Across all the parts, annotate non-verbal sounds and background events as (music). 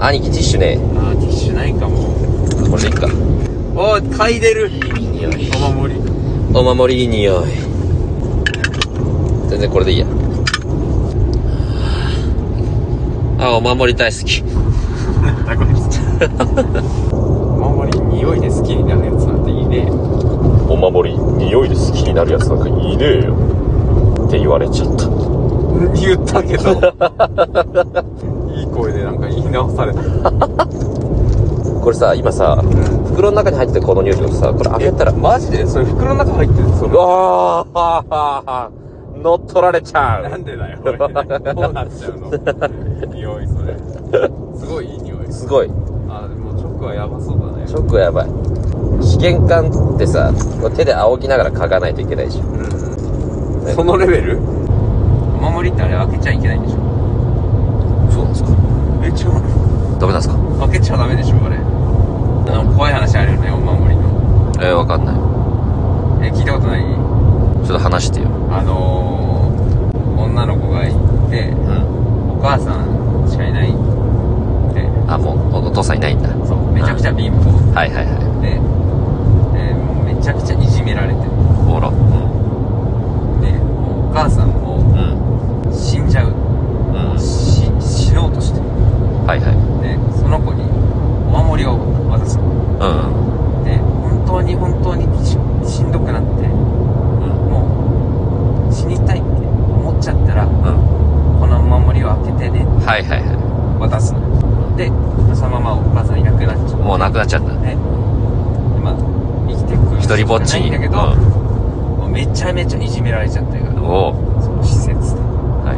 兄貴ティッシュねあーティッシュないかもこれでいっかおー嗅いでるいい匂いお守りお守りいい匂い全然これでいいやあお守り大好きタコです (laughs) お守り匂いで好きになるやつなんていいね (laughs) お守り匂いで好きになるやつなんかいねえよって言われちゃった言ったけど (laughs) いい声でなんか言い直された、これさ今さ袋の中に入ってたこの匂いとかさこれ開けたらマジでそれ袋の中入ってるそうわあ乗っ取られちゃなうんでだよこれどうなっちゃうの匂い (laughs) それすごいいい匂いすごいあでもチョコはやばそうだねショックはやばい試験管ってさこう手で仰ぎながら嗅がないといけないでしょうんそのレベルお守りってあれ開けちゃいけないんでしょそうですかえ違うダメなんですか開けちゃダメでしょあれあの怖い話あるよねお守りのえー、わかんないえ聞いたことないちょっと話してよあのー、女の子がいてうんお母さんしかいないってあもうお父さんいないんだそうめちゃくちゃ貧乏はいはいはいで、えーもうめちゃくちゃいじめられてほらうんでもうお母さんもうん死んじゃううんし死のうとしてるはいはいでその子にお守りを渡すうんで本当に本当にししんどくなっうんてもう死にたいって思っちゃったらうんこのお守りを開けてねはいはいは渡すのでそのままお母さんいなくなっちゃいもうなくなっちゃったうね今生きてく一人ぼっちないにんだけど、もうめちゃめちゃいじめられちゃっうたんよおうその施設では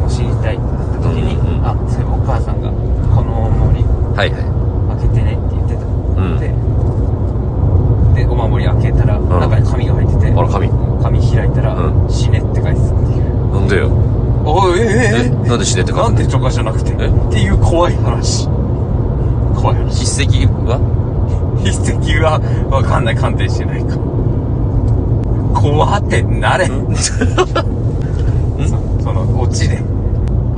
もう死にたいってなった時に、うんうんあそういえばお母さんがこのお守りいはいはい開けてねって言ってた、んででお守り開けたら、ん中に紙が入っててあら紙紙開いたら、う死ねって書いてたっていうなんでよおいええなんで死ねって書いてなんでとかじゃなくてえっていう怖い話怖い話筆跡は筆跡はわかんない鑑定してないか (laughs) 怖ってなれ (laughs) そそのオチで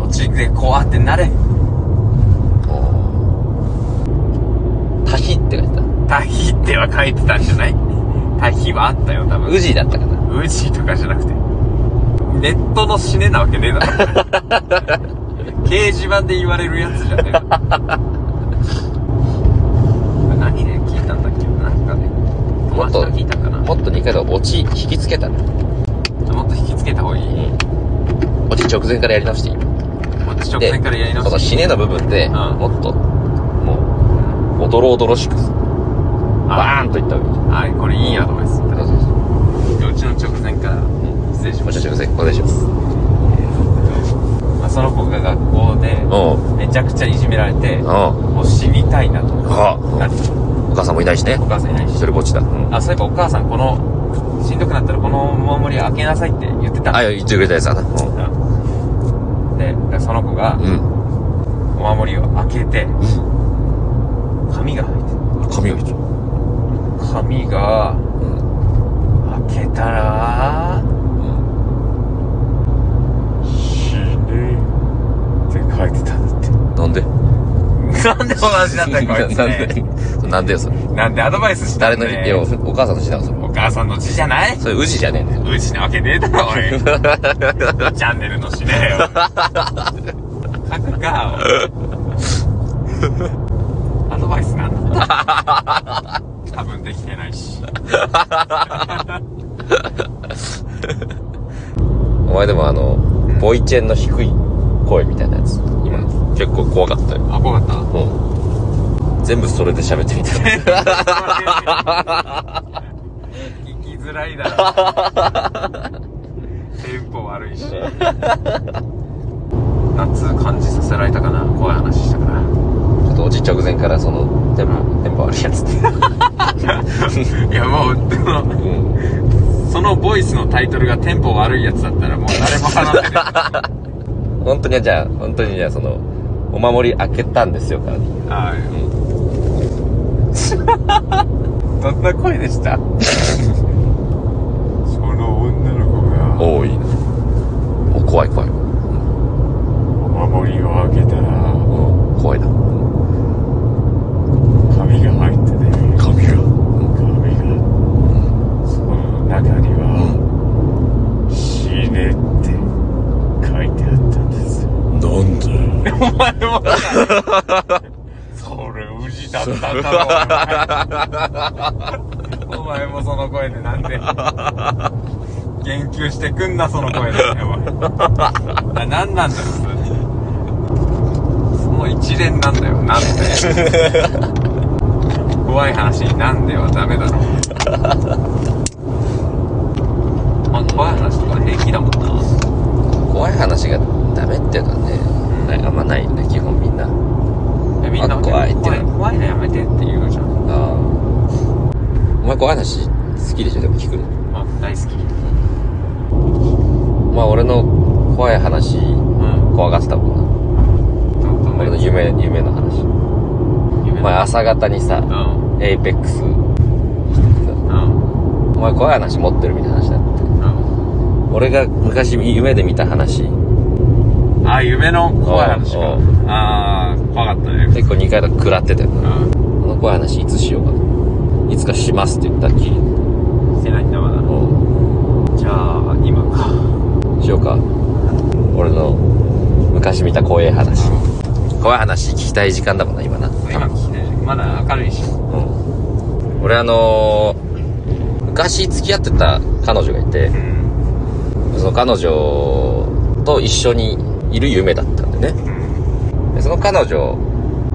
オチで怖ってなれタヒって書いてたタヒっては書いてたんじゃないタヒはあったよ多分宇治だったかなウジとかじゃなくてネットの死ねなわけねえだろ掲示板で言われるやつじゃねえだろ何で聞いたんだっけなんかね友達から聞いたんかなもっと2回と落ち引きつけたらもっと引きつけた方がいい落ち直前からやり直していいこっち直で前からやり直このし死ねの部分で、んもっともうおどろおどろしくバーンといったわけはいこれいいアドバイスそうそうそうじゃあうちの直前から失礼しもまうしちょたっとすいませんお願いしますまあ、その子が学校でうめちゃくちゃいじめられてんうんもう死にたいなとあなってお母さんもいないしねお母さんいないし一人ぼっちだ、うん、あ、そういえばお母さんこの、しんどくなったらこのお守り開けなさいって言ってたんあだ。言ってくれたやつだなうんで、だからその子がうん、うん、お守りを開けて、紙が入ってる。髪を切る紙がうん開けたら、うん死ねって書いてたんだって。なんでなんで同じなんだよ、こいつ、ね。 (laughs) なんでなんでよそれなんでアドバイスした誰んのだいよやお母さんの字だわそれお母さんの字じゃないそれ宇治じゃねえんだようちなわけねえだろ、おい。チャンネルのしねえよ。書くか、おいアドバイスなんだった多分できてないし。お前でもあのボイチェンの低い声みたいなやつ今結構怖かったよあ、怖かうん全部それで喋ってみたった聞きづらいだろ。テンポ悪いし。夏感じさせられたかな怖い話したから。ちょっと落ち直前からそのテンポテンポ悪いやつっていや、もう、でも、うんそのボイスのタイトルがテンポ悪いやつだったらもう誰も話せない。本当にじゃあ本当にじゃあそのお守り開けたんですよからねあーどんな声でした (laughs) その女の子がおおいいなお怖い怖いお守りを開けたらうん怖いなうんそれ、宇治だったか、お前。お前もその声でなんで。言及してくんな、その声で。何なんだよ、それその一連なんだよ、なんで。怖い話になんではダメだろ。まあ、怖い話とか平気だもんな。怖い話がダメっていうかね、ないあんまないよね、基本みんな。えみんなあ怖いって怖い怖いのやめてって言うじゃん。ああ。お前怖い話好きでしょ、でも聞くの。まあ、大好き。まあ俺の怖い話、うん。怖がってたもんどどんな。な俺のやつ夢、夢の話。夢お前朝方にさ、うん。エイペックスしててさ、うん。お前怖い話持ってるみたいな話だって。うん。俺が昔夢で見た話、あ、夢の怖い話おかう。あー、怖かったね。結構2回とか食らってたよな。うこの怖い話いつしようかな。いつかしますって言ったっきり。ん。してないんだ、まだ。じゃあ、今か。しようか俺の昔見た怖い話怖い話聞きたい時間だもんな今な、今聞きたいじゃん。まだ明るいし。うん、俺あのー昔付き合ってた彼女がいてうん。その彼女と一緒にいる夢だったんでねうん。でその彼女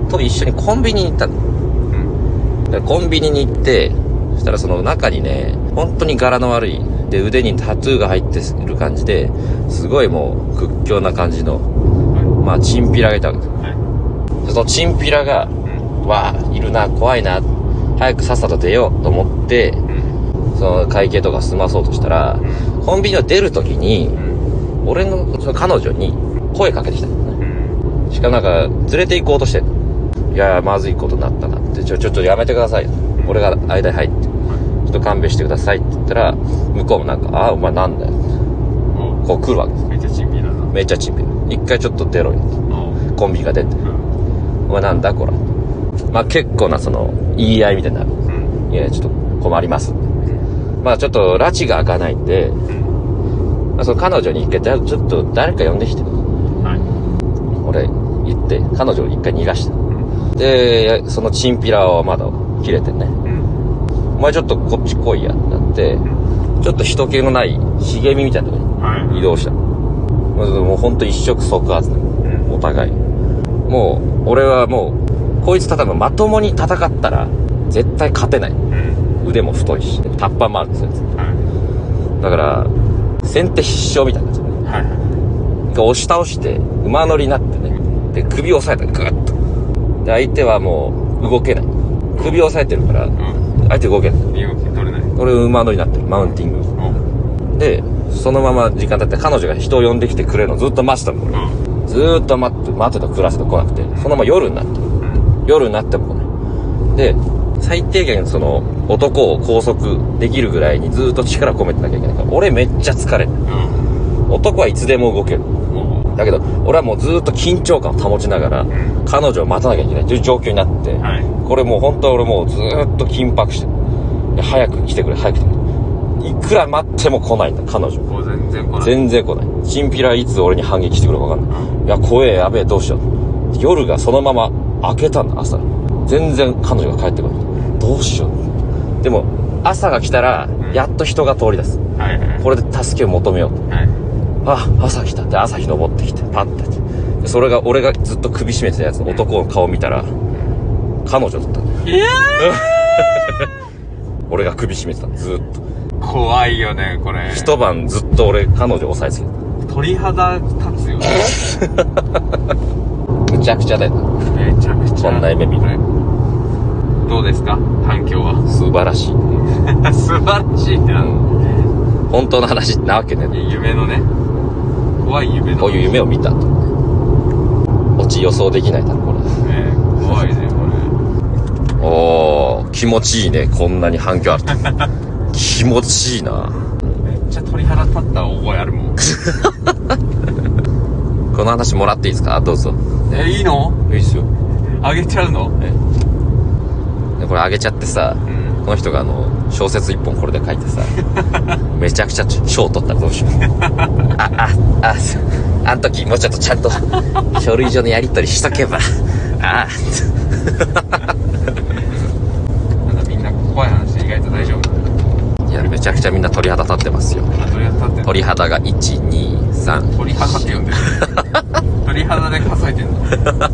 と一緒にコンビニに行ったのうん。でコンビニに行ってそしたらその中にね本当に柄の悪いで腕にタトゥーが入ってる感じですごいもう屈強な感じのまあチンピラがいたわけですはい。はい。そのチンピラが、うん。わあ、いるな、怖いな、早くさっさと出ようと思って、うん。その会計とか済まそうとしたら、コンビニを出るときに、うん。俺のその彼女に声かけてきたのね。うん。しかもなんか、連れて行こうとしてんのいやー、まずいことになったなって、ちょ、ちょっとやめてください。俺が間に入って、ちょっと勘弁してくださいって言ったら、向こうもなんか、ああ、お前なんだよ。おこう来るわけです。めっちゃチンピラだな。めっちゃチンピラ。一回ちょっと出ろよ。おコンビニが出て。うん。お前なんだこら。まあ結構なその、言い合いみたいになる。うん。いや、ちょっと困ります。うん。まあちょっと、拉致が開かないんで、うん。まあ、その彼女に一回だ、ちょっと誰か呼んできて、はい。俺言って、彼女を一回逃がしうん。た。で、そのチンピラはまだ切れてね、うん。お前ちょっとこっち来いや、ってなって、ちょっと人気のない茂みみたいなとこはい。に移動した。まあもうほんと一触即発だうん。お互い。もう、俺はもう、こいつただまともに戦ったら、絶対勝てない。うん。腕も太いし、タッパーもあるんですよ。はい。だから、先手必勝みたいな感じで、はいはい。一回押し倒して、馬乗りになってね、で、首を押さえたら、ガーッと。で、相手はもう、動けない。首を押さえてるから、うん。相手動けない。身動き取れない。俺、馬乗りになってる、マウンティング。おで、そのまま時間経って、彼女が人を呼んできてくれるのずっと待ってたの、俺。うずーっと待って、待ってた、暮らせと来なくて、そのまま夜になって、ん。夜になっても来ない。で、最低限その、男を拘束できるぐらいにずーっと力込めてなきゃいけないから、俺めっちゃ疲れる。うん。男はいつでも動ける。おだけど、俺はもうずーっと緊張感を保ちながら、ん彼女を待たなきゃいけないという状況になって、はい。これもう本当俺もうずーっと緊迫してるいや早く来てくれ、早く来てくれ。いくら待っても来ないんだ、彼女。もう全然来ない。全然来ない。チンピラはいつ俺に反撃してくるかわかんない。いや、怖え、やべえ、どうしよう。夜がそのまま明けたんだ、朝。全然彼女が帰ってこない。どうしよう。でも、朝が来たら、やっと人が通り出す。はいはい。これで助けを求めようと。はい。あ、朝来たって朝日昇ってきて、パッてやってで。それが、俺がずっと首絞めてたやつ、男の顔見たら、彼女だったんだよ。俺が首絞めてたの、ずっと。怖いよね、これ。一晩ずっと俺、彼女を押さえつけて鳥肌立つよね。た。むちゃくちゃだよな。めちゃくちゃ。こんな夢見ないどうですか反響は。素晴らしい。素晴らしいってなの。本当の話なわけね。夢のね。怖い夢の。こういう夢を見たと。落ち予想できないだろ、こね怖いね、これ。おー、気持ちいいね。こんなに反響あると。気持ちいいな。れ。めっちゃ鳥肌立った覚えあるもん。この話もらっていいですかどうぞ。え、いいのいいっすよ。あげちゃうのでこれあげちゃってさ、んこの人があの小説一本これで書いて (laughs) さめちゃくちゃ賞取ったらどう (laughs) しようあああすあん時もうちょっとちゃんと書類上のやり取りしとけばあなんかみんな怖い話意外と大丈夫なんだあ。いや、めちゃくちゃみんな鳥肌立ってますよ。あ鳥肌立ってる鳥肌が1、2、3。鳥肌って呼んでる鳥肌で数えてんの